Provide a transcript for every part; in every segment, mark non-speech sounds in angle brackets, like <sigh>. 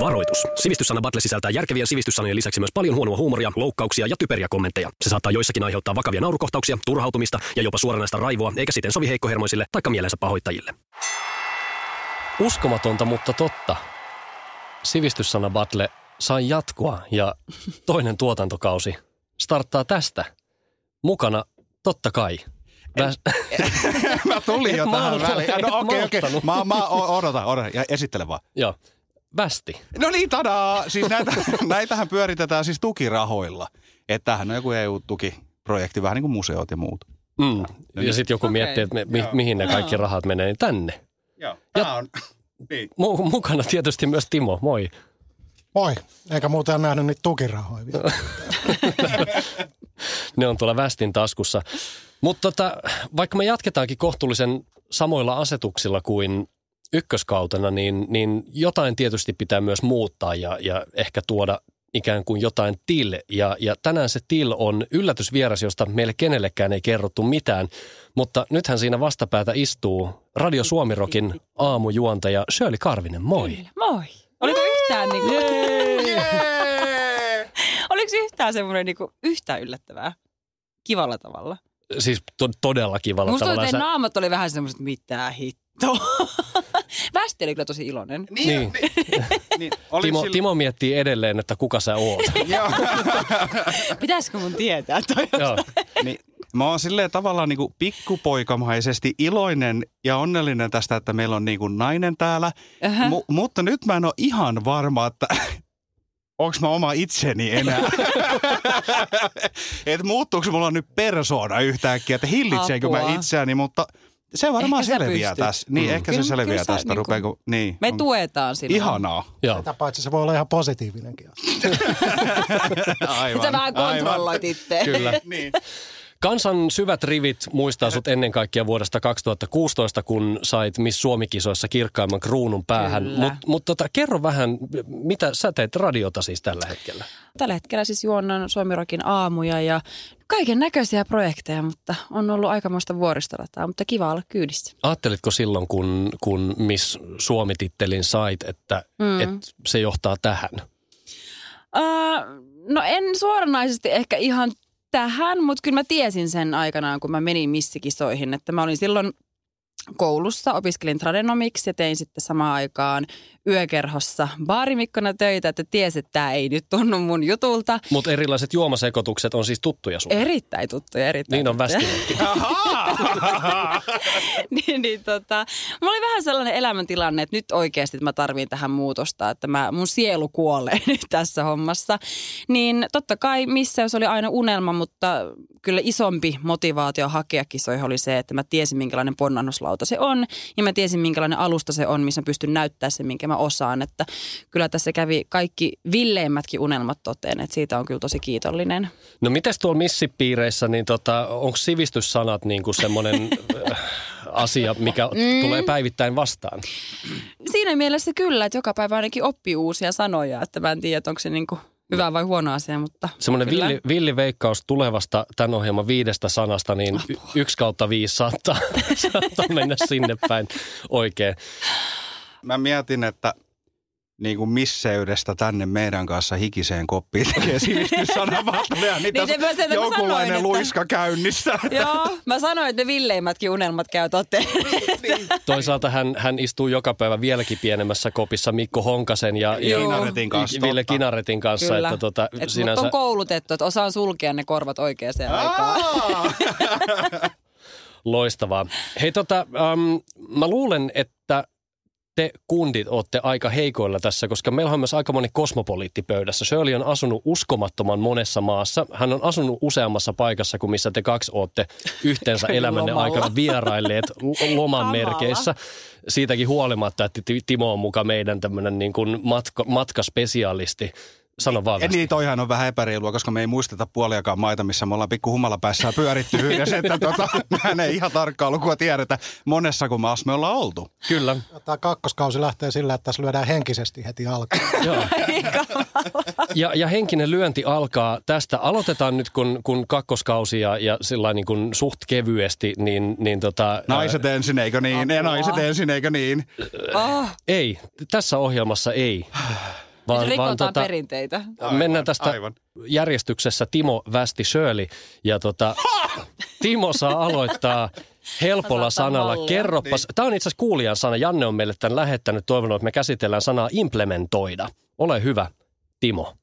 Varoitus. Sivistyssana Battle sisältää järkevien sivistyssanojen lisäksi myös paljon huonoa huumoria, loukkauksia ja typeriä kommentteja. Se saattaa joissakin aiheuttaa vakavia naurukohtauksia, turhautumista ja jopa suoranaista raivoa, eikä siten sovi heikkohermoisille tai mielensä pahoittajille. Uskomatonta, mutta totta. Sivistyssana Battle sai jatkoa ja toinen tuotantokausi starttaa tästä. Mukana totta kai. Väs- Mä tulin jo Et tähän malta- väliin. et No okei, okei. malttanut. Mä, mä o- odotan, odotan. Ja esittele vaan. <laughs> Joo. Västi. No niin, tadaa! <laughs> Siis näitä, näitähän pyöritetään siis tukirahoilla. Että tämähän on joku EU-tukiprojekti, vähän niin kuin museot ja muut. Mm. Ja niin. sitten joku Okei. miettii, että mi- mi- Joo. mihin ne kaikki rahat menee, niin tänne. Joo, tää on... Niin. Mu- mukana tietysti myös Timo, moi. Moi, eikä muuten nähnyt niitä tukirahoja vielä. Ne on tuolla Västin taskussa. Mutta tota, vaikka me jatketaankin kohtuullisen samoilla asetuksilla kuin ykköskautena, niin, niin jotain tietysti pitää myös muuttaa ja, ja ehkä tuoda ikään kuin jotain till. Ja, ja tänään se till on yllätysvieras, josta meille kenellekään ei kerrottu mitään. Mutta nythän siinä vastapäätä istuu Radio Suomirokin aamujuontaja Shirley Karvinen, moi. Kyllä. Moi. Oliko yhtään, niinku, <laughs> oliko yhtään semmoinen niinku, yhtään yllättävää? Kivalla tavalla. Siis to- todella kivalla Musta tuntuu, tavalla. että Sä- teidän naamat oli vähän semmoiset, mitä hittoa. <laughs> Västi oli kyllä tosi iloinen. Niin. niin. <laughs> Oli Timo, Timo miettii edelleen, että kuka sä <laughs> oot. <laughs> Joo. Pitäisikö mun tietää toi? Joo. Niin, mä oon silleen tavallaan niin kuin pikkupoikamaisesti iloinen ja onnellinen tästä, että meillä on niin kuin nainen täällä. Ähä. Mu- mutta nyt mä en ole ihan varma, että <laughs> onko mä oma itseni <laughs> enää. Et muuttuuko mulla nyt persoona yhtäkkiä, että hillitseekö mä Apua. itseäni, mutta se varmaan Ehkä sä selviää pystyt. tässä. Niin, Mm. ehkä Kyllä- se kyllä selviää sä tästä. niinku- Rupeeko, niin, Me on- tuetaan sinua. Ihanaa. <laughs> <laughs> Joo. Sitä paitsi se voi olla ihan positiivinenkin asia. Aivan. Sä vähän kontrolloit itse. Kyllä. <laughs> Niin. Kansan syvät rivit muistaa sut ennen kaikkea vuodesta 2016, kun sait Miss Suomi-kisoissa kirkkaimman kruunun päähän. Kyllä. Mutta mut tota, kerro vähän, mitä sä teet radiota siis tällä hetkellä? Tällä hetkellä siis juonnan Suomirokin aamuja ja kaiken näköisiä projekteja, mutta on ollut aikamoista vuoristorataa, mutta kiva olla kyydissä. Ajattelitko silloin, kun, kun Miss Suomi-tittelin sait, että mm. Mm. et se johtaa tähän? Äh, no en suoranaisesti ehkä ihan tähän, mutta kyllä mä tiesin sen aikanaan, kun mä menin missikisoihin, että mä olin silloin koulussa, opiskelin tradenomiksi ja tein sitten samaan aikaan yökerhossa baarimikkona töitä, että tiesi, että tämä ei nyt tunnu mun jutulta. Mutta erilaiset juomasekoitukset on siis tuttuja sulle. Erittäin tuttuja, erittäin niin on tuttuja. västineetkin. <laughs> niin, niin tota, mulla oli vähän sellainen elämäntilanne, että nyt oikeasti mä tarviin tähän muutosta, että mä, mun sielu kuolee <laughs> nyt tässä hommassa. Niin totta kai missä se oli aina unelma, mutta kyllä isompi motivaatio hakea kisoihin oli se, että mä tiesin minkälainen ponnanuslauta se on ja mä tiesin minkälainen alusta se on, missä mä pystyn näyttää sen, minkä mä osaan. Että kyllä tässä kävi kaikki villeimmätkin unelmat toteen, että siitä on kyllä tosi kiitollinen. No mites tuolla missipiireissä, niin tota, onko sivistyssanat niin kuin <laughs> semmoinen äh, asia, mikä mm. tulee päivittäin vastaan? Siinä mielessä kyllä, että joka päivä ainakin oppii uusia sanoja, että mä en tiedä, että onko se niin kuin hyvä vai huono asia, mutta Semmoinen kyllä. villi, villi veikkaus tulevasta tämän ohjelman viidestä sanasta, niin y- yksi kautta viisi saattaa, <laughs> saattaa mennä sinne päin oikein. Mä mietin, että niin kuin misseydestä tänne meidän kanssa hikiseen koppiin <laughs> tekee sivistyssanavaltoja, niin tässä mä sen- mä jonkunlainen sanoin, että- luiska <laughs> käynnissä. Joo, mä sanoin, että ne villeimmätkin unelmat käy toteen. Toisaalta hän, hän istuu joka päivä vieläkin pienemmässä kopissa Mikko Honkasen ja, ja Joo. Kinaretin kanssa, Ville totta. Kinaretin kanssa. Että tota, Et sinänsä... on koulutettu, että osaan sulkea ne korvat oikeaan aikaan. Aa! Loistavaa. Hei tota, äm, mä luulen, että te kundit olette aika heikoilla tässä, koska meillä on myös aika moni kosmopoliitti pöydässä. Shirley on asunut uskomattoman monessa maassa. Hän on asunut useammassa paikassa kuin missä te kaksi olette yhteensä Kyllä elämänne lomalla. aikana vierailleet l- loman merkeissä. Siitäkin huolimatta, että Ti- Timo on muka meidän tämmöinen niin kuin matka, matkaspesialisti. Sano vaan. Ja Västi. niin, toihan on vähän epäreilua, koska me ei muisteta puoliakaan maita, missä me ollaan pikku humalapäässä pyöritty yhdessä, että tota, <laughs> mehän ei ihan tarkkaa lukua tiedetä monessa kun maassa me ollaan oltu. Kyllä. Tämä kakkoskausi lähtee sillä, että tässä lyödään henkisesti heti alkuun. Joo. ja, ja henkinen lyönti alkaa tästä. Aloitetaan nyt, kun, kun kakkoskausi ja, ja sillä niin kuin suht kevyesti, niin, niin tota, Naiset ensin, eikö niin? Ja Apua. naiset ensin, eikö niin? Oh, ää, ei, tässä ohjelmassa ei. Vaan, rikotaan vaan tota, perinteitä. Aivan, mennään tästä aivan. järjestyksessä Timo Västi Shirley. Ja tota, Timo saa aloittaa helpolla Osataan sanalla. mallia. Kerropas, Niin. tämä on itse asiassa kuulijan sana. Janne on meille tämän lähettänyt toivonut, että me käsitellään sanaa implementoida. Ole hyvä, Timo.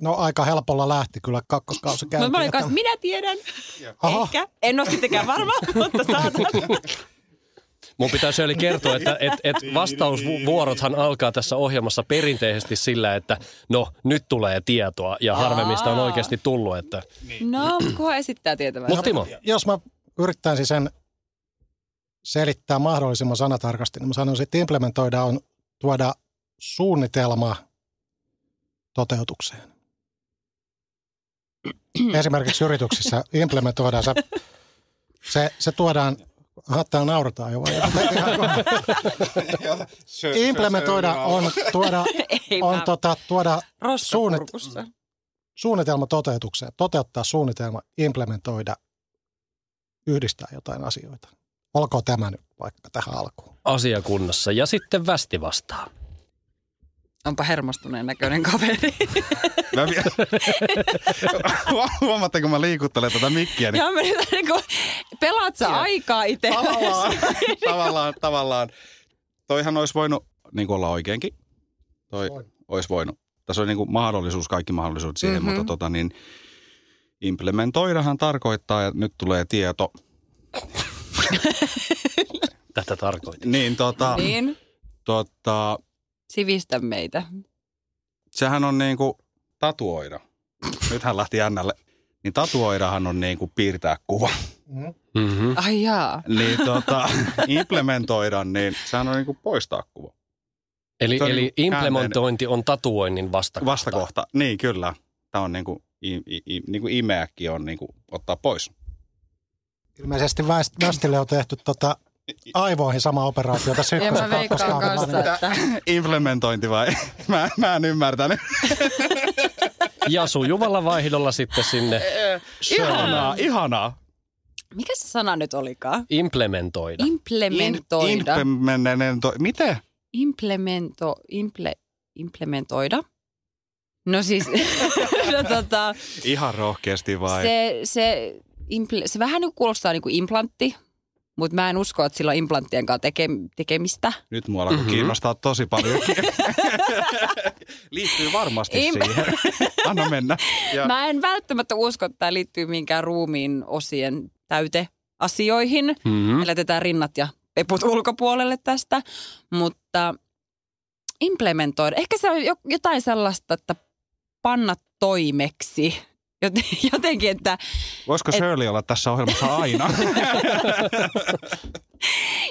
No aika helpolla lähti kyllä kakkoskausi Mutta käyntiin. mä olin että- kanssa, minä tiedän, Aha. ehkä. En ole sittenkään varma, <laughs> mutta <laughs> saatan. Mun pitää Shirley kertoa, että et, Niin, et vastausvuorothan alkaa tässä ohjelmassa perinteisesti sillä, että no nyt tulee tietoa ja harvemmista on Aa. oikeasti tullut. Että. Niin. No, kunhan esittää tietävän. Mutta Timo, Jos mä yrittäisin sen selittää mahdollisimman sanatarkasti, niin mä sanoisin, että implementoida on tuoda suunnitelma toteutukseen. Esimerkiksi yrityksissä implementoidaan se, se, se tuodaan, aha, täällä naurataan jo. Implementoida on tuoda, Ei on mä- tota, tuoda roskakurkussa. suunnitelma toteutukseen, toteuttaa suunnitelma, implementoida, yhdistää jotain asioita. Olkoon tämä nyt vaikka tähän alkuun. asiakunnassa ja sitten Västi vastaa. Onpa hermostuneen näköinen kaveri. Mä <laughs> vielä- Huomaatte, kun mä liikuttelen tätä mikkiä, <laughs> niin ja mä nyt niin kuin, pelaat sä aikaa itse. tavallaan, <laughs> tavallaan, tavallaan. Toihan olisi voinut niin kuin olla oikeinkin. Toi Voin. olisi voinut. Tässä oli niin kuin mahdollisuus, kaikki mahdollisuudet siihen, Mhm. mm-hmm. mutta tota niin, implementoidahan tarkoittaa, että nyt tulee tieto. Tätä tarkoitin. Niin tota, niin. Niin, tota sivistä meitä. sehän on niin kuin tatuoida. Nyt hän lähti jännälle. Niin tatuoidahan on niin kuin piirtää kuva. Mm. Mm-hmm. Ai jaa. Niin <laughs> tota, implementoida, niin sehän on niin kuin poistaa kuva. Eli, Se on eli niinku implementointi on tatuoinnin vastakohta. Vastakohta. Niin, kyllä. Tämä on niin kuin, i, i, i, niin kuin imeäkin on niin kuin ottaa pois. Ilmeisesti Väist- Västille on tehty tota aivoihin sama operaatio <laughs> tässä Ja ykkösen mä veikkaan kakkoskaudella. kanssa, että Implementointi vai? <laughs> Mä, mä en ymmärtänyt. Ja sujuvalla vaihdolla sitten sinne Ihanaa, ihanaa. mikä se sana nyt olikaan? implementoida. Implementoida. Implemento, miten? Implemento, imple, implementoida. No siis, <laughs> no tota, Ihan rohkeasti vai? se, se, impl, se vähän nyt kuulostaa niin kuin implantti, mutta mä en usko, että sillä on implanttien kanssa teke, tekemistä. Nyt mua alkoi Mhm. mm-hmm. kiinnostaa tosi paljon. <laughs> Liittyy varmasti Im- siihen. Anna mennä. Ja, Mä en välttämättä usko, että tämä liittyy minkään ruumiin osien täyteasioihin. Mm-hmm. Me Lähetetään rinnat ja peput ulkopuolelle tästä, mutta implementoida. Ehkä se on jo- jotain sellaista, että panna toimeksi. Joten- <laughs> Jotenkin, että Voisiko Shirley olla tässä ohjelmassa aina?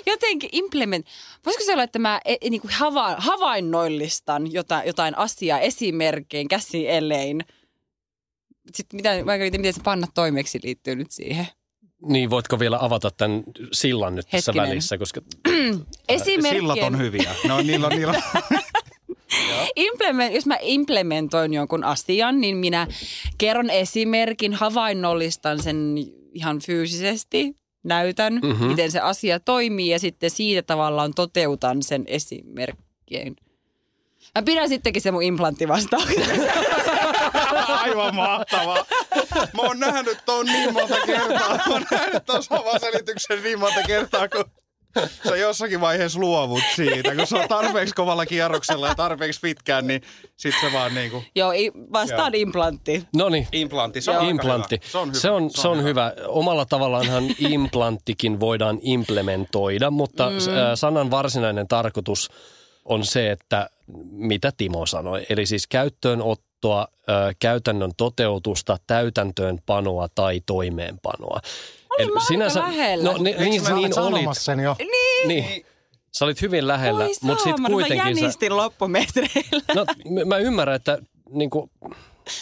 jotenkin implement... Voisiko se olla, että mä e, e, niin kuin hava, havainnoillistan jotain, jotain asiaa esimerkkein, käsielein? Sitten mitä, mä en tiedä, miten se panna toimeksi liittyy nyt siihen. Niin, voitko vielä avata tämän sillan nyt tässä Hetkinen. välissä, koska Sillat on Esimerkkien, hyviä. No niillä on, niillä on. implement, jos mä implementoin jonkun asian, niin minä kerron esimerkin, havainnollistan sen ihan fyysisesti, näytän, Mhm. mm-hmm. miten se asia toimii ja sitten siitä tavallaan toteutan sen esimerkkien. Mä pidän sittenkin se mun implantti vastaan. <laughs> <laughs> Aivan mahtavaa. Mä oon nähnyt ton niin monta kertaa. Mä oon nähnyt ton saman selityksen niin monta kertaa, kun sä jossakin vaiheessa luovut siitä. Kun se on tarpeeksi kovalla kierroksella ja tarpeeksi pitkään, niin sit se vaan niinku... Joo, i- vastaan implantti. No niin, Implantti. Se on Joo. aika implantti. Hyvä. Se on hyvä. Se on, se on hyvä. Omalla tavallaanhan implanttikin voidaan implementoida, mutta mm. sanan varsinainen tarkoitus on se, että mitä Timo sanoi. Eli siis käyttöönottoa, ö, käytännön toteutusta, täytäntöönpanoa tai toimeenpanoa. Eli mä aika lähellä. No ni, Eikö niin, sä olet niin olit. sanomassa sen jo? Niin. Sä olit hyvin lähellä, Voi mutta sitten saamari, Mä kuitenkin... Sä, jänistin loppumetreillä. no, m- mä ymmärrän, että niin kuin,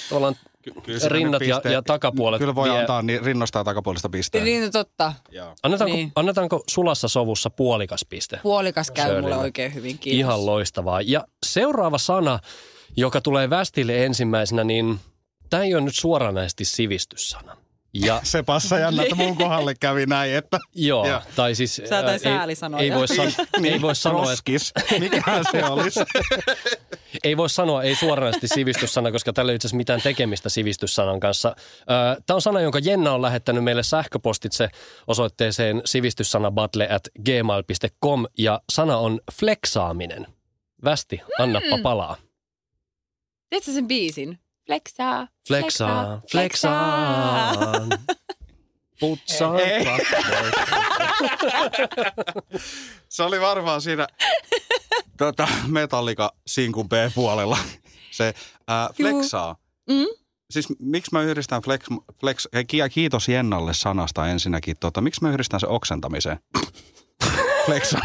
tavallaan Kyllä siinä rinnat nyt ja- ja takapuolet Kyllä voi vie- antaa niin, rinnasta ja takapuolesta pisteen. Niin no totta. Joo. Annetaanko, niin. Niin. annetaanko sulassa sovussa puolikas piste? Puolikas käy Shirleylle. mulle oikein hyvin. Kiitos. Ihan loistavaa. Ja seuraava sana, joka tulee västille ensimmäisenä, niin tämä ei ole nyt suoranaisesti sivistyssana. <laughs> Ja Se passa jännä, että mun kohdalle kävi näin, että joo, Joo. tai siis Sä jotain ää, säälisanoja. ei, ei, voi san, <laughs> Niin. ei, voi sanoa, että, roskis. Mikähän se olisi? ei voi sanoa, ei suoranaisesti sivistyssana, koska tällä ei itse asiassa mitään tekemistä sivistyssanan kanssa. Tämä on sana, jonka Jenna on lähettänyt meille sähköpostitse osoitteeseen sivistyssanabattle at gmail.com ja sana on fleksaaminen. Västi, annappa palaa. Tiedätkö sen biisin? Flexaa, Flexaan, flexaan. Putsaan. Ei. katteet. Se oli varmaan <laughs> siinä tota, metallika sinkun B-puolella. Se ää, flexaa. Mm? Siis miksi mä yhdistän flex, flex hei, ki- kiitos Jennalle sanasta ensinnäkin. Tota, miksi mä yhdistän se oksentamiseen? <laughs> Flexa,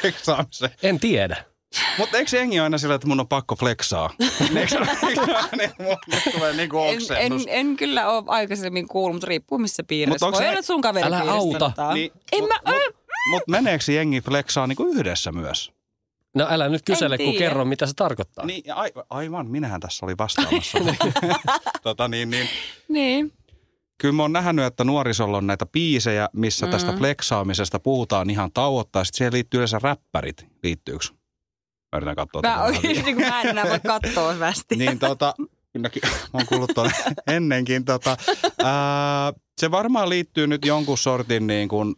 flexaamiseen. En tiedä. Mutta eikö jengi aina sillä, että mun on pakko flexaa? <laughs> Eikö eikö aina mulle tulee niinku En, en, oksennus? en, kyllä ole aikaisemmin kuullut, mutta riippuu missä Mut piirissä. onks Voi nä- olla, että sun kaveri Älä auta. Niin, Niin, en mut- mä, mut- Mutta meneekö se jengi flexaa niinku yhdessä myös? No älä nyt kysele, kun tiedä. kerro, mitä se tarkoittaa. Niin. Niin, ai, aivan, minähän tässä oli <laughs> vastaamassa. <laughs> tota, niin, niin. niin. Kyllä mä oon nähnyt, että nuorisolla on näitä biisejä, missä Mm-hmm. mm. tästä flexaamisesta puhutaan ihan tauotta. Sitten siihen liittyy yleensä räppärit. Liittyykö? Mä yritän katsoa. Mä, tätä vähän. oikein, niin mä en enää voi katsoa västi. Niin tota, minäkin, mä oon kuullut tuonne <laughs> ennenkin. Tota, ää, se varmaan liittyy nyt jonkun sortin niin kuin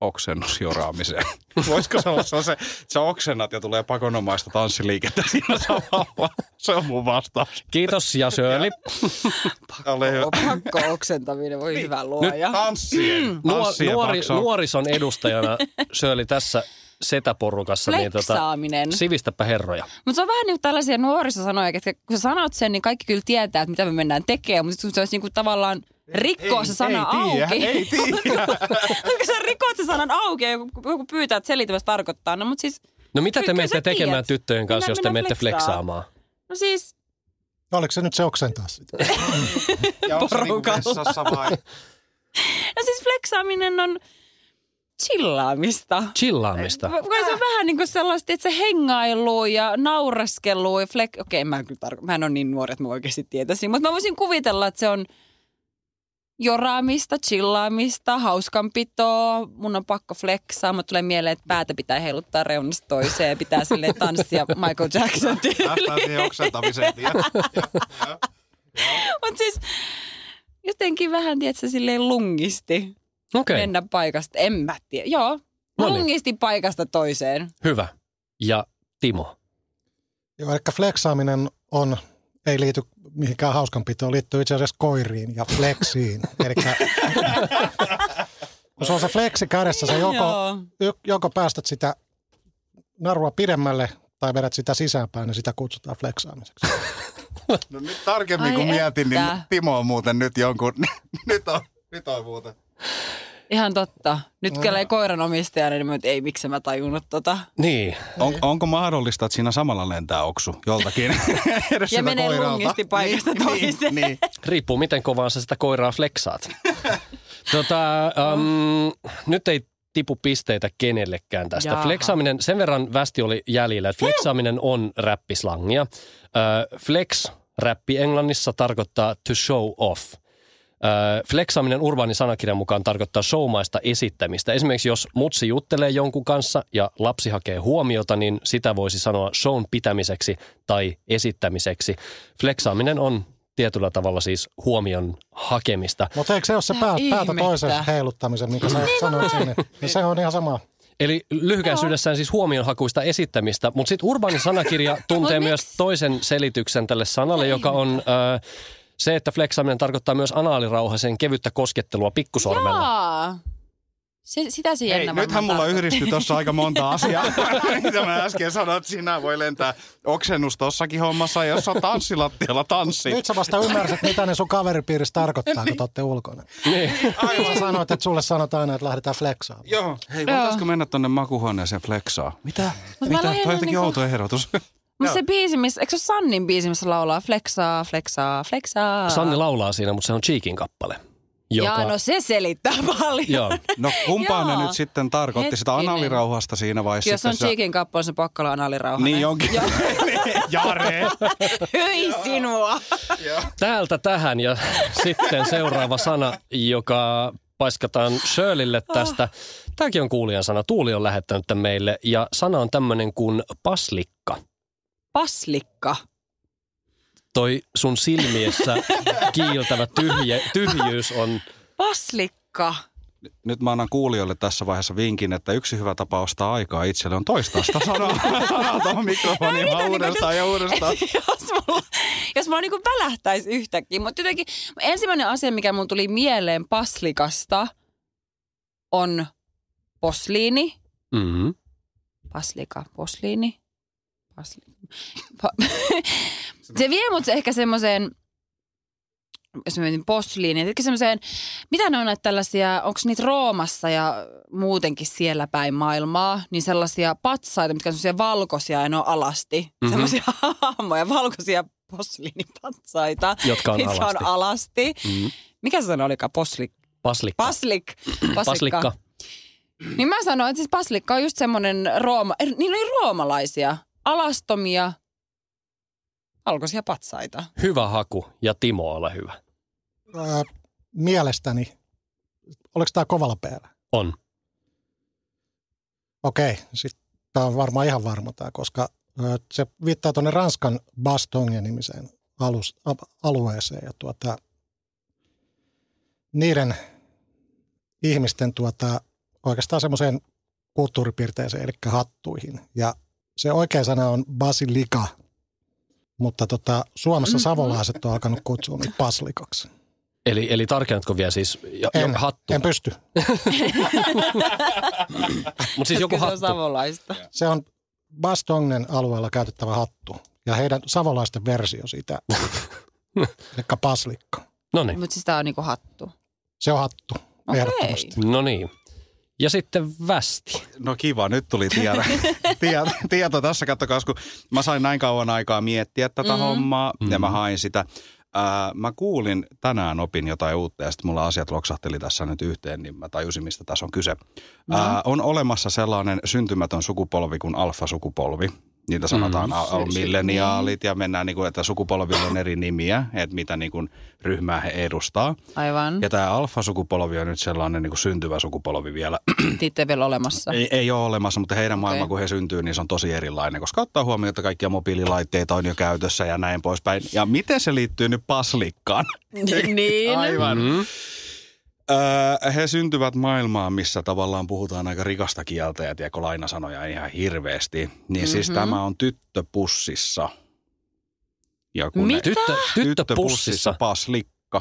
oksennusjoraamiseen. <laughs> Voisiko se olla se, se oksennat ja tulee pakonomaista tanssiliikettä siinä samalla? Se on mun vastaus. Kiitos ja Shirley. Ole hyvä. Pakko oksentaminen, Niin. voi hyvä luoja. <clears throat> Tanssien, Nuor, tanssien nuori, taksaa. nuorison edustajana Shirley tässä setäporukassa. Niin tota, Fleksaaminen. sivistäpä herroja. Mutta se on vähän niin kuin tällaisia nuorisosanoja, että kun sä sanot sen, niin kaikki kyllä tietää, että mitä me mennään tekemään, mutta se olisi niin kuin tavallaan rikkoa Ei- se sana ei tiedä, auki. ei tiedä. <laughs> Kun sä rikot sen sanan auki ja joku, joku pyytää, että selitä, mitä tarkoittaa. No, mutta siis, No mitä te Kyllä menette sä tiedät. tekemään tyttöjen kanssa, Minä- jos te minä menette flexaan. fleksaamaan? no siis, Oliko se nyt se oksentaa sitä? Ja onko se niinku porukalla. vessassa vai? no siis fleksaaminen on chillaamista. Chillaamista. Voi se on vähän niin kuin sellaista, että se hengailua ja nauraskelua ja flek... Okei, mä en, kyllä tarko- mä en ole niin nuori, että mä oikeasti tietäisin, mutta mä voisin kuvitella, että se on joraamista, chillaamista, hauskanpitoa, mun on pakko flexaa, mutta tulee mieleen, että päätä pitää heiluttaa reunasta toiseen ja pitää silleen tanssia Michael Jackson <laughs> Lähtää siihen oksentamiseen. tiedä. Mutta siis jotenkin vähän, tiedätkö, silleen lungisti Okei, okay, mennä paikasta. En mä tiedä. Joo, No niin. lungisti paikasta toiseen. hyvä. Ja Timo. Joo, eli flexaaminen on, ei liity mihinkään hauskanpitoon, liittyy itse asiassa koiriin ja flexiin. Eli <laughs> kun se on se flexi kädessä, sä joko, Joo. y- joko päästät sitä narua pidemmälle tai vedät sitä sisäänpäin, niin sitä kutsutaan flexaamiseksi. No nyt tarkemmin Ai kun mietin, niin että. Timo on muuten nyt jonkun... <laughs> nyt on, nyt on muuten. Ihan totta. Nyt kyllä ei koiran omistajana, niin mä, et, ei miksi mä tajunnut tota. Niin, On, onko mahdollista, että siinä samalla lentää oksu joltakin? <laughs> Edes Ja siltä menee koiralta. lungisti paikasta toiseen. Niin, niin. riippuu miten kovaan sä sitä koiraa <laughs> fleksaat. tota, um, nyt ei tipu pisteitä kenellekään tästä. Jaha. Jaha. Fleksaaminen, sen verran västi oli jäljellä, että fleksaaminen on räppislangia. Ö, flex, räppi englannissa tarkoittaa to show off. Öö, flexaaminen urbaanin sanakirjan mukaan tarkoittaa showmaista esittämistä. Esimerkiksi jos mutsi juttelee jonkun kanssa ja lapsi hakee huomiota, niin sitä voisi sanoa shown pitämiseksi tai esittämiseksi. Flexaaminen on tietyllä tavalla siis huomion hakemista. Mutta eikö se ole se pää, päätä Ihmettä. toisen heiluttamisen, minkä sä sanoit sinne? Niin se on ihan sama. Eli lyhykäisyydessään siis huomionhakuista esittämistä, mutta sitten urbaani sanakirja tuntee Mut myös toisen selityksen tälle sanalle, joka on ö, se, että flexaaminen tarkoittaa myös anaalirauhasen kevyttä koskettelua pikkusormella. Jaa. Se, sitä se Hei, jännä nythän varmaan mulla tarkoitti. yhdistyi tuossa aika monta asiaa, <laughs> mitä mä äsken sanoin, että sinä voi lentää oksennus tossakin hommassa, jos on tanssilattialla tanssi. Nyt sä vasta ymmärsit, mitä ne sun kaveripiirissä tarkoittaa, kun te ootte ulkona. Niin. Sä sanoit, että sulle sanotaan aina, että lähdetään flexaamaan. Joo. Hei, voitaisko mennä tonne makuhuoneeseen flexaa? Mitä? No, mä Mitä? lähden Toi on jotenkin niinku- outo ehdotus. Mut se biisi, missä, eikö se ole Sannin biisi, missä laulaa flexaa, flexaa, flexaa? Sanni laulaa siinä, mutta se on Cheekin kappale. Joka... Jaa, no se selittää <laughs> paljon. Joo. No kumpaan ne Joo. nyt sitten tarkoitti sitä Hetkinen. analirauhasta siinä vai Jos sitten on Cheekin kappale, se pakko olla analirauhanen. Niin onkin. <laughs> Jare. <laughs> Hyi sinua. Täältä tähän ja sitten seuraava sana, joka paiskataan Shirleylle tästä. Tämäkin on kuulijan sana. Tuuli on lähettänyt tämän meille ja sana on tämmöinen kuin paslikka. Paslikka. Toi sun silmiessä kiiltävä tyhje, tyhjyys on Paslikka. Nyt mä annan kuulijoille tässä vaiheessa vinkin, että yksi hyvä tapa ostaa aikaa itselle on toistaa sitä <laughs> sanaa, sanaa tuohon mikrofoniin niin vaan uudestaan ja uudestaan. <laughs> jos mulla, jos mulla niinku välähtäisi yhtäkkiä. Mutta jotenkin ensimmäinen asia, mikä mun tuli mieleen paslikasta, on posliini. mm-hmm. Paslika, posliini. Pasli. <laughs> Pa- se vie mut ehkä semmoiseen, jos mä mietin posliini, ehkä semmoiseen, mitä ne on näitä tällaisia, onko niitä Roomassa ja muutenkin siellä päin maailmaa, niin sellaisia patsaita, mitkä on semmoisia valkoisia ja ne on alasti. Mm-hmm. Semmoisia <laughs> hahmoja, valkoisia posliinipatsaita, Jotka on mitkä alasti. on alasti. Mhm. Mm-hmm. Mikä se sana olikaan? Poslik. paslikka. Paslik. Paslikka. paslikka. Niin mä sanoin, että siis paslikka on just semmoinen rooma, er, niin oli roomalaisia, alastomia, valkoisia patsaita. Hyvä haku ja Timo, ole hyvä. Ää, Äh, mielestäni, oliko tämä kovalla päällä? On. Okei, tämä on varmaan ihan varma tämä, koska ö, se viittaa tuonne Ranskan Bastongen-nimiseen alus, a, alueeseen ja tuota, niiden ihmisten tuota, oikeastaan semmoiseen kulttuuripiirteeseen, eli hattuihin. Ja se oikea sana on basilika, mutta tota, Suomessa savolaiset on alkanut kutsua niitä paslikaksi. Eli, eli tarkennatko vielä siis jo, jo, En, hattu? en pysty. Mutta siis joku Koska se on hattu. savolaista. Se on Bastongen alueella käytettävä hattu ja heidän savolaisten <laughs> versio siitä, eli paslikka. No niin. Mutta siis tää on niinku hattu. Se on hattu, okay. Okei. ehdottomasti. No niin. Ja sitten västi. No kiva, nyt tuli tieto, tieto, tieto tässä. Kattokaa, kun mä sain näin kauan aikaa miettiä tätä mm. Mhm. hommaa ja mä Mhm. hain sitä. Ää, mä kuulin, tänään opin jotain uutta ja sitten mulla asiat loksahteli tässä nyt yhteen, niin mä tajusin, mistä tässä on kyse. Ää, on olemassa sellainen syntymätön sukupolvi kuin alfasukupolvi. Niitä sanotaan Mm. mm. on milleniaalit ja mennään, niin kuin, että sukupolvilla on eri nimiä, että mitä niin kuin, ryhmää he edustaa. Mm. Aivan. Ja. Ja tämä alfasukupolvi on nyt sellainen niin kuin syntyvä sukupolvi vielä. Niitä ei vielä olemassa. Ei, ei ole olemassa, mutta heidän maailma, Okei. kun he syntyy, niin se on tosi erilainen, koska ottaa huomioon, että kaikkia mobiililaitteita on jo käytössä ja näin poispäin. Ja miten se liittyy nyt paslikkaan? <laughs> niin. Aivan. Mm. Mm-hmm. Öö, he syntyvät maailmaan, missä tavallaan puhutaan aika rikasta kieltä ja tiedätkö lainasanoja ihan hirveästi. Niin mm-hmm. siis Mhm. tämä on tyttöpussissa. Ja Mitä? Tyttö, tyttöpussissa. paslikka.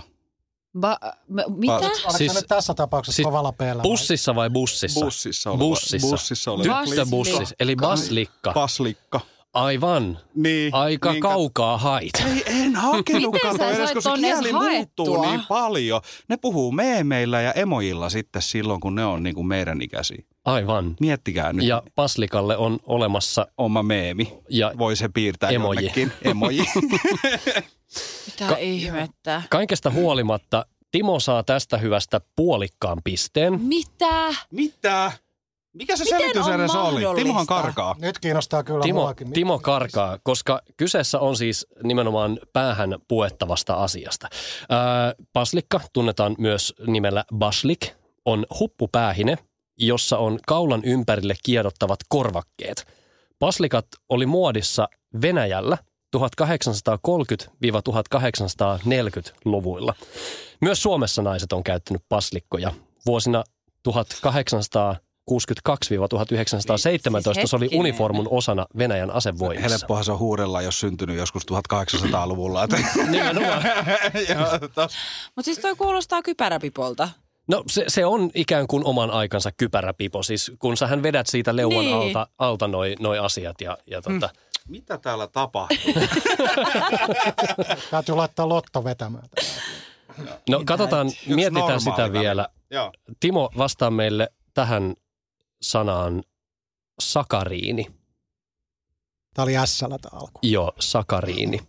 Ba, mä- mitä? Pa- Oliko Siis- siis, nyt tässä tapauksessa siis siis kovalla päällä? Bussissa vai bussissa? Bussissa oleva. Bussissa. Bussissa oleva. Tyttö- Tyttöbussissa, eli baslikka. Paslikka. Aivan. Niin. Aika niin, kaukaa hait. Ei, en hakenutkaan Miten sä toi edes, sait kun se ton edes kieli haettua? muuttuu niin paljon. Ne puhuu meemeillä ja emojilla sitten silloin, kun ne on niin kuin meidän ikäisiä. Aivan. Miettikää nyt, Ja Paslikalle on olemassa oma meemi. ja Voi se piirtää Emoji. <laughs> jonnekin. Emoji. Mitä ihmettä? kaikesta huolimatta Timo saa tästä hyvästä puolikkaan pisteen. Mitä? Mitä? Mikä se Miten selitys on edes oli? mahdollista? Timohan karkaa. Nyt kiinnostaa kyllä Timo, muakin. Timo karkaa, koska kyseessä on siis nimenomaan päähän puettavasta asiasta. Ää, paslikka tunnetaan myös nimellä baslik, on huppupäähine, jossa on kaulan ympärille kiedottavat korvakkeet. Paslikat oli muodissa Venäjällä 1830-1840-luvuilla. Myös Suomessa naiset on käyttänyt paslikkoja. Vuosina 1862-1917 Siis se oli hetkinen. uniformun osana Venäjän asevoimissa. Helppohan se on huudella, jos syntynyt joskus <laughs> 1800-luvulla. että- Nimenomaan. Ja tos- Mutta siis toi kuulostaa kypäräpipolta. No se, se on ikään kuin oman aikansa kypäräpipo, siis kun sähän vedät siitä leuan niin. Niin. alta, alta noi, noi asiat ja, ja tota, Mitä täällä tapahtuu? Täytyy laittaa lotto vetämään. tätä. No katsotaan, Yksi mietitään normaali sitä välillä. vielä. Joo. <clears throat> Timo, vastaa meille tähän sanaan sakariini. Tämä oli ässällä tämä alku. Joo, sakariini.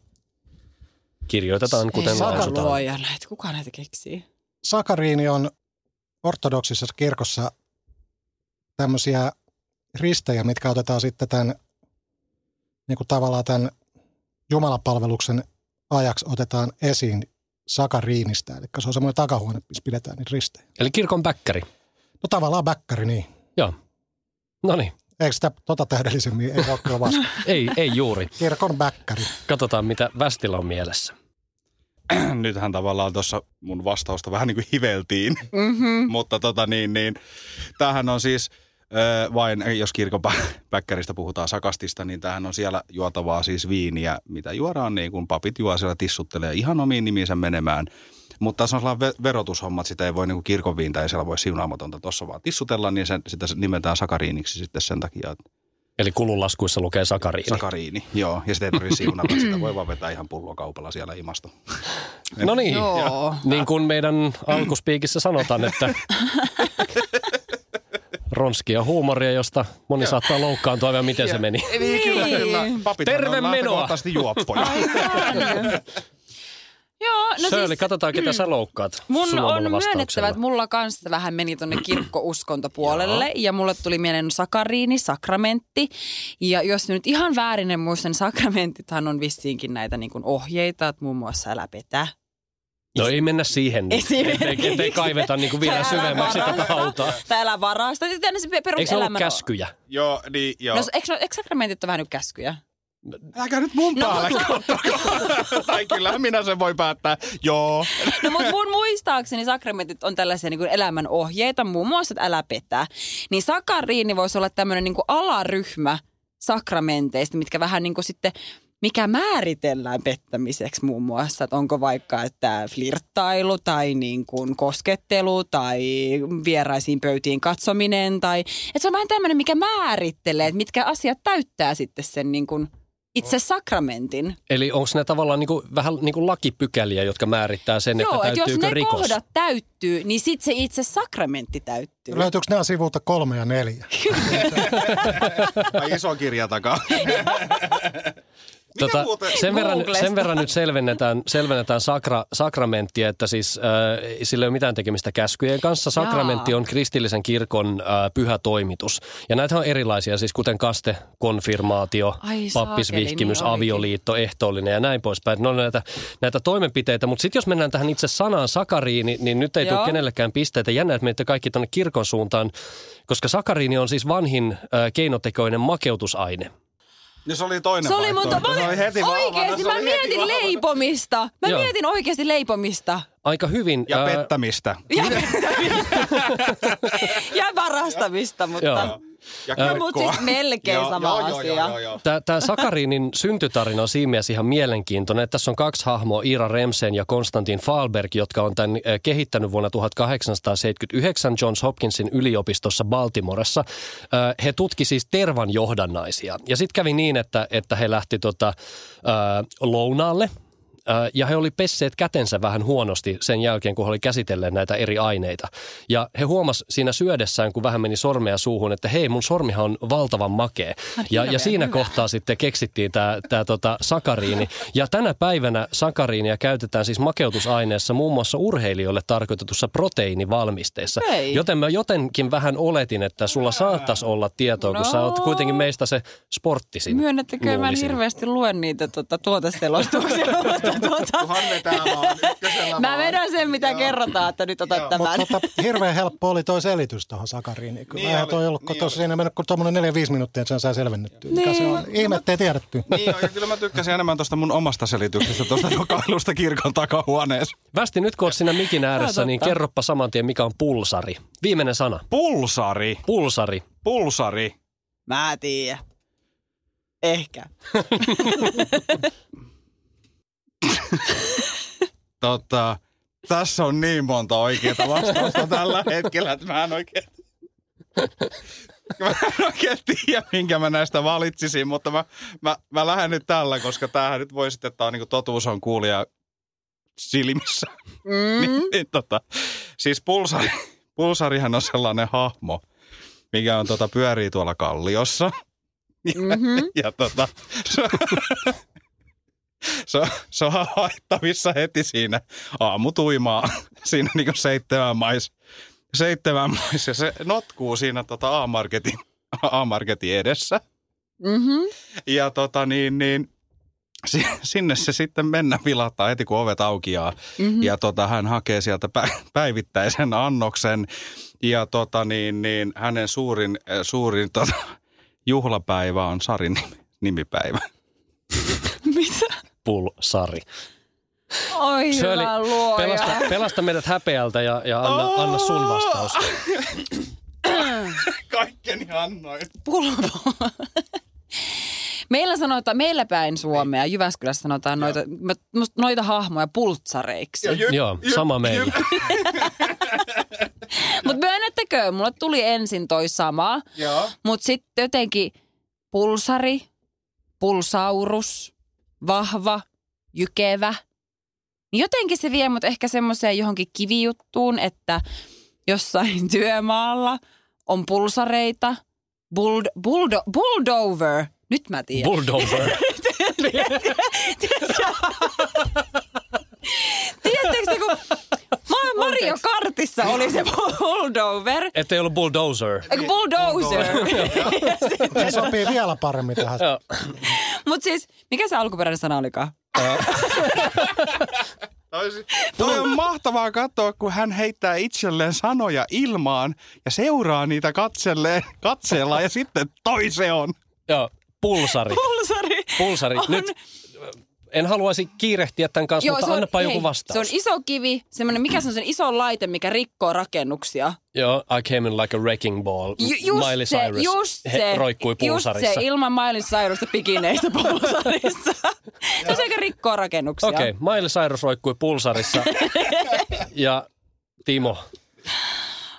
Kirjoitetaan kuten Ei, lausutaan. luoja näitä. Kuka näitä keksii? sakariini on ortodoksisessa kirkossa tämmöisiä ristejä, mitkä otetaan sitten tämän niin kuin tavallaan tämän jumalapalveluksen ajaksi otetaan esiin sakariinista. Eli se on semmoinen takahuone, missä pidetään niitä ristejä. Eli kirkon päkkäri. No tavallaan bäkkäri, niin. Joo. No niin, Eikö sitä tota täydellisemmin? Ei voi kyllä vastata. ei, ei juuri. Kirkon bäkkäri. Katsotaan, mitä Västillä on mielessä. Nythän tavallaan tuossa mun vastausta vähän niin kuin hiveltiin. <laughs> Mm-hmm. Mutta tota niin, niin tämähän on siis ö, vain, jos kirkon pä- päkkäristä puhutaan sakastista, niin tämähän on siellä juotavaa siis viiniä, mitä juodaan niin kuin papit juo siellä tissuttelee ihan omiin nimiinsä menemään. Mutta se on sellainen ve- verotushommat, sitä ei voi niin kuin kirkon viintä, ei siellä voi siunaamatonta tuossa vaan tissutella, niin sen, sitä nimetään sakariiniksi sitten sen takia, että Eli kululaskuissa lukee sakariini. sakariini, joo, ja sitä ei tarvitse siunata, sitä voi vaan vetää ihan pullokaupalla siellä imasta. no niin, <laughs> Joo. niin kuin meidän alkuspiikissä sanotaan, <laughs> että ronskia huumoria, josta moni saattaa loukkaantua, ja miten se meni. Niin, kyllä, Niin. kyllä. Papit Terve on menoa. lähtökohtaisesti <laughs> juoppoja. Joo, no Shirley, siis katsotaan, ketä sä loukkaat. mun Sulla on vastauksella. myönnettävä, että mulla kanssa vähän meni tonne kirkkouskontopuolelle ja mulle tuli mieleen sakariini, sakramentti. Ja jos nyt ihan väärin en muista, niin sakramentithan on vissiinkin näitä niin kuin ohjeita, että muun muassa älä petä. No ei mennä siihen, nyt, Esimerkiksi. ettei, ettei kaiveta niin kuin vielä Tai älä syvemmäksi tätä varasta. hautaa. Tai älä varasta. Tämä on se Eikö se ollut peruselämän... käskyjä? joo, niin, joo. No, eikö, no, eikö sakramentit ole vähän nyt käskyjä? Äläkä nyt mun No, päälle, no, Tai kyllähän minä sen voi päättää. Joo. No mutta mun muistaakseni sakramentit on tällaisia niin elämän ohjeita, muun muassa, että älä petä. Niin sakariini voisi olla tämmöinen niin alaryhmä sakramenteista, mitkä vähän niin kuin sitten mikä määritellään pettämiseksi muun muassa, että onko vaikka että flirttailu tai niin kuin koskettelu tai vieraisiin pöytiin katsominen tai että se on vähän tämmöinen, mikä määrittelee, että mitkä asiat täyttää sitten sen niin kuin itse sakramentin. Eli onko ne tavallaan niin kuin, vähän niin kuin lakipykäliä, jotka määrittää sen, Joo, että että jos täyttyykö ne rikos? kohdat täyttyy, niin sitten se itse sakramentti täyttyy. No, Löytyykö nämä sivulta kolme ja neljä? Tai iso kirja takaa. Mikä Tota, muuten? sen, verran, Googlesta? sen verran nyt selvennetään, selvennetään sakra, sakramenttia, että siis äh, sillä ei ole mitään tekemistä käskyjen kanssa. Sakramentti Jaa. on kristillisen kirkon äh, pyhä toimitus. Ja näitä on erilaisia, siis kuten kaste, konfirmaatio, Ai saakeli, pappisvihkimys, niin olikin. avioliitto, ehtoollinen ja näin poispäin. Ne on näitä, näitä toimenpiteitä, mutta sitten jos mennään tähän itse sanaan sakariini, niin nyt ei tule Joo. kenellekään pisteitä. Jännä, että menette kaikki tuonne kirkon suuntaan, koska sakariini on siis vanhin äh, keinotekoinen makeutusaine. No se oli toinen Se oli mun... vaihtoehto. Mä, Se oli heti vahvana, oikeesti, se mä oli heti mietin vahvana. leipomista. Mä Joo. mietin oikeesti leipomista. Aika hyvin. Ja äh, pettämistä. Ja, <laughs> ja varastamista, mutta... Joo. Ja No, mut kirkkoa. siis melkein Joo, sama joo, joo, asia. joo, joo, joo. Tämä Sakariinin syntytarina on siinä mielessä ihan mielenkiintoinen. että Tässä on kaksi hahmoa, Iira Remsen ja Konstantin Falberg, jotka on tämän eh, kehittänyt vuonna 1879 Johns Hopkinsin yliopistossa Baltimoressa. Ö, He tutki siis tervan johdannaisia. Ja sitten kävi niin, että, että he lähti tota, ö, lounaalle Ö, ja he oli pesseet kätensä vähän huonosti sen jälkeen, kun he oli käsitelleet näitä eri aineita. Ja he huomas siinä syödessään, kun vähän meni sormea suuhun, että hei, mun sormihan on valtavan makea. Ja, ja hirveän siinä hyvä. kohtaa sitten keksittiin tämä tää tota sakariini. Ja tänä päivänä sakariinia käytetään siis makeutusaineessa muun muassa urheilijoille tarkoitetussa proteiinivalmisteessa. Hei. Joten mä jotenkin vähän oletin, että sulla saattaisi olla tietoa, kun sä oot No. kuitenkin meistä se sporttisin. Myönnettäkö, mä en luulisin. hirveästi luen niitä tuota, <laughs> tuoteselostuksia, mutta tuota, Kunhan vetää vaan ykkösellä mä niin vaan. vedän sen, mitä kerrotaan, että nyt otat tämän. Mutta tota, hirveän helppo oli toi selitys tuohon Sakariin. Kyllä Niin niin oli, toi ollut, kun niin tuossa oli. siinä ei mennyt kuin tuommoinen neljä viisi minuuttia, että sen sai selvennettyä. Niin. Mikä se on? Ihme, ettei tiedetty. Niin joo, ja kyllä mä tykkäsin enemmän tuosta mun omasta selityksestä, <laughs> tuosta nokailusta kirkon takahuoneessa. Västi, nyt kun oot siinä mikin ääressä, totta. niin kerropa saman tien, mikä on pulsari. Viimeinen sana. Pulsari, Pulsari. pulsari. Mä tiedän. Ehkä. Tota, tässä on niin monta oikeaa vastausta tällä hetkellä, että mä en oikein... Mä en oikein tiedä, minkä mä näistä valitsisin, mutta mä, mä, mä lähden nyt tällä, koska tämähän nyt voi sitten, että on niin totuus on kuulija silmissä. Mm. Niin, tota, siis pulsari, pulsarihan on sellainen hahmo, mikä on tota, pyörii tuolla kalliossa. Mm-hmm. Ja tota, se, se, on- se on haittavissa heti siinä aamutuimaa, siinä niinku seitsemän mais, seitsemän mais ja se notkuu siinä tota A-marketin, A-marketin edessä. Mm-hmm. Ja tota niin, niin si- sinne se sitten mennä vilattaa heti kun ovet aukiaa. Mhm. Mm-hmm. Ja tota, hän hakee sieltä pä- päivittäisen annoksen. Ja tota niin, niin hänen suurin, äh, suurin tota, juhlapäivä on Sarin nimi- nimipäivä. Mitä? Pulsari. Oi Se oli- hyvä luoja. Pelasta, pelasta meidät häpeältä ja, ja anna, anna sun vastaus. Oh. Kaikkeni annoin. pulpo. Meillä sanotaan, meillä päin Suomea, Jyväskylässä sanotaan noita, mä- must- noita hahmoja pultsareiksi. Joo, sama meillä. Mutta myönnettäkö, mulle tuli ensin toi sama, Joo. mutta sitten jotenkin pulsari, pulsaurus, vahva, jykevä. Niin jotenkin se vie mut ehkä semmoiseen johonkin kivijuttuun, että jossain <laughs> työmaalla on pulsareita, bulldo, bulldo, bulldover, nyt mä tiedän. Bulldozer. Tiedättekö te, kun Ma- Mario Kartissa oli se bulldover, Ettei ollut bulldozer. eikö bulldozer. <laughs> Se sopii vielä paremmin tähän. Joo. Mutta siis, mikä se alkuperäinen sana olikaan? Toi on mahtavaa katsoa, kun hän heittää itselleen sanoja ilmaan ja seuraa niitä katselleen, katseella ja sitten toi se on. Joo, pulsari. Pulsari. Pulsari. On. Nyt äh, en haluaisi kiirehtiä tämän kanssa, Joo, se mutta on- annapa hei, joku vastaus. Se on iso kivi, semmoinen, mikä se on sen iso laite, mikä rikkoo rakennuksia. Joo, I came in like a wrecking ball. Ju- just Miley se, Cyrus just he- se, roikkui pulsarissa. Just se, ilman Miley Cyrusta <laughs> pikineistä pulsarissa. se on se, joka rikkoo rakennuksia. Okei, okay, Miley Cyrus roikkui pulsarissa. <laughs> ja Timo.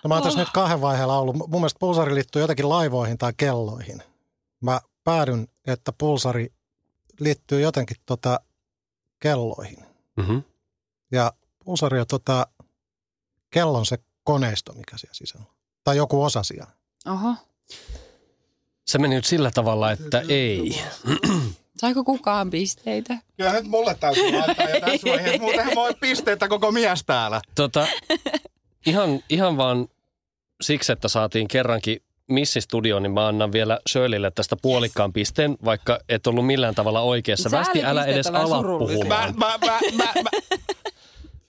No mä oon tässä nyt kahden vaiheella ollut. Mun mielestä pulsari liittyy jotenkin laivoihin tai kelloihin. Mä päädyn, että pulsari liittyy jotenkin tota kelloihin. Mm-hmm. Ja pulsari on tota kellon se koneisto, mikä siellä sisällä on. Tai joku osa siellä. Oho. Se meni nyt sillä tavalla, että ei. Saiko kukaan pisteitä? Kyllä nyt mulle täytyy laittaa ja tässä <laughs> vaiheessa. Muutenhan mä oon pisteitä koko mies täällä. <laughs> Tota, ihan, ihan vaan siksi, että saatiin kerrankin Missistudioon, niin mä annan vielä Shirleylle tästä puolikkaan pisteen, vaikka et ollut millään tavalla oikeassa. Mut Västi, älä edes säälipisteet on ala vähän surullisia. puhumaan. mä, mä, mä, mä.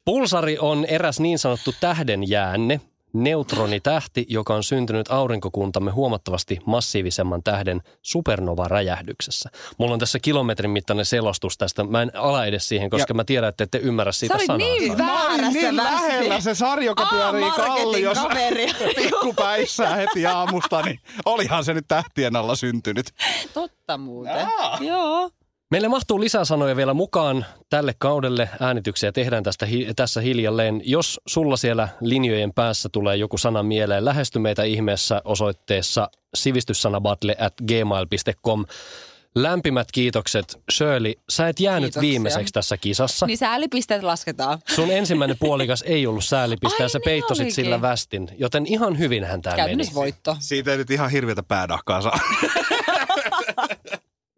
Pulsari on eräs niin sanottu tähdenjäänne, neutronitähti, joka on syntynyt aurinkokuntamme huomattavasti massiivisemman tähden supernova-räjähdyksessä. Mulla on tässä kilometrin mittainen selostus tästä. Mä en ala edes siihen, koska mä tiedän, että ette ymmärrä Sä siitä olit sanaa. niin väärässä niin Västi. lähellä se sarja, joka pyörii A-marketin kalliossa kaveri. <laughs> pikkupäissä heti aamusta, niin olihan se nyt tähtien alla syntynyt. Totta muuten. Joo. Meille mahtuu lisää sanoja vielä mukaan tälle kaudelle. Äänityksiä tehdään tästä, hi- tässä hiljalleen. Jos sulla siellä linjojen päässä tulee joku sana mieleen, lähesty meitä ihmeessä osoitteessa sivistyssanabattle at gmail.com. Lämpimät kiitokset. Shirley, sä et jäänyt Kiitoksia. viimeiseksi tässä kisassa. Niin säälipisteet lasketaan. Sun ensimmäinen puolikas ei ollut säälipiste ja Ai sä niin peittosit olikin. sillä västin. Joten ihan hyvinhän tämä meni. Käytännössä voitto. Siitä ei nyt ihan hirveätä päädahkaa saa.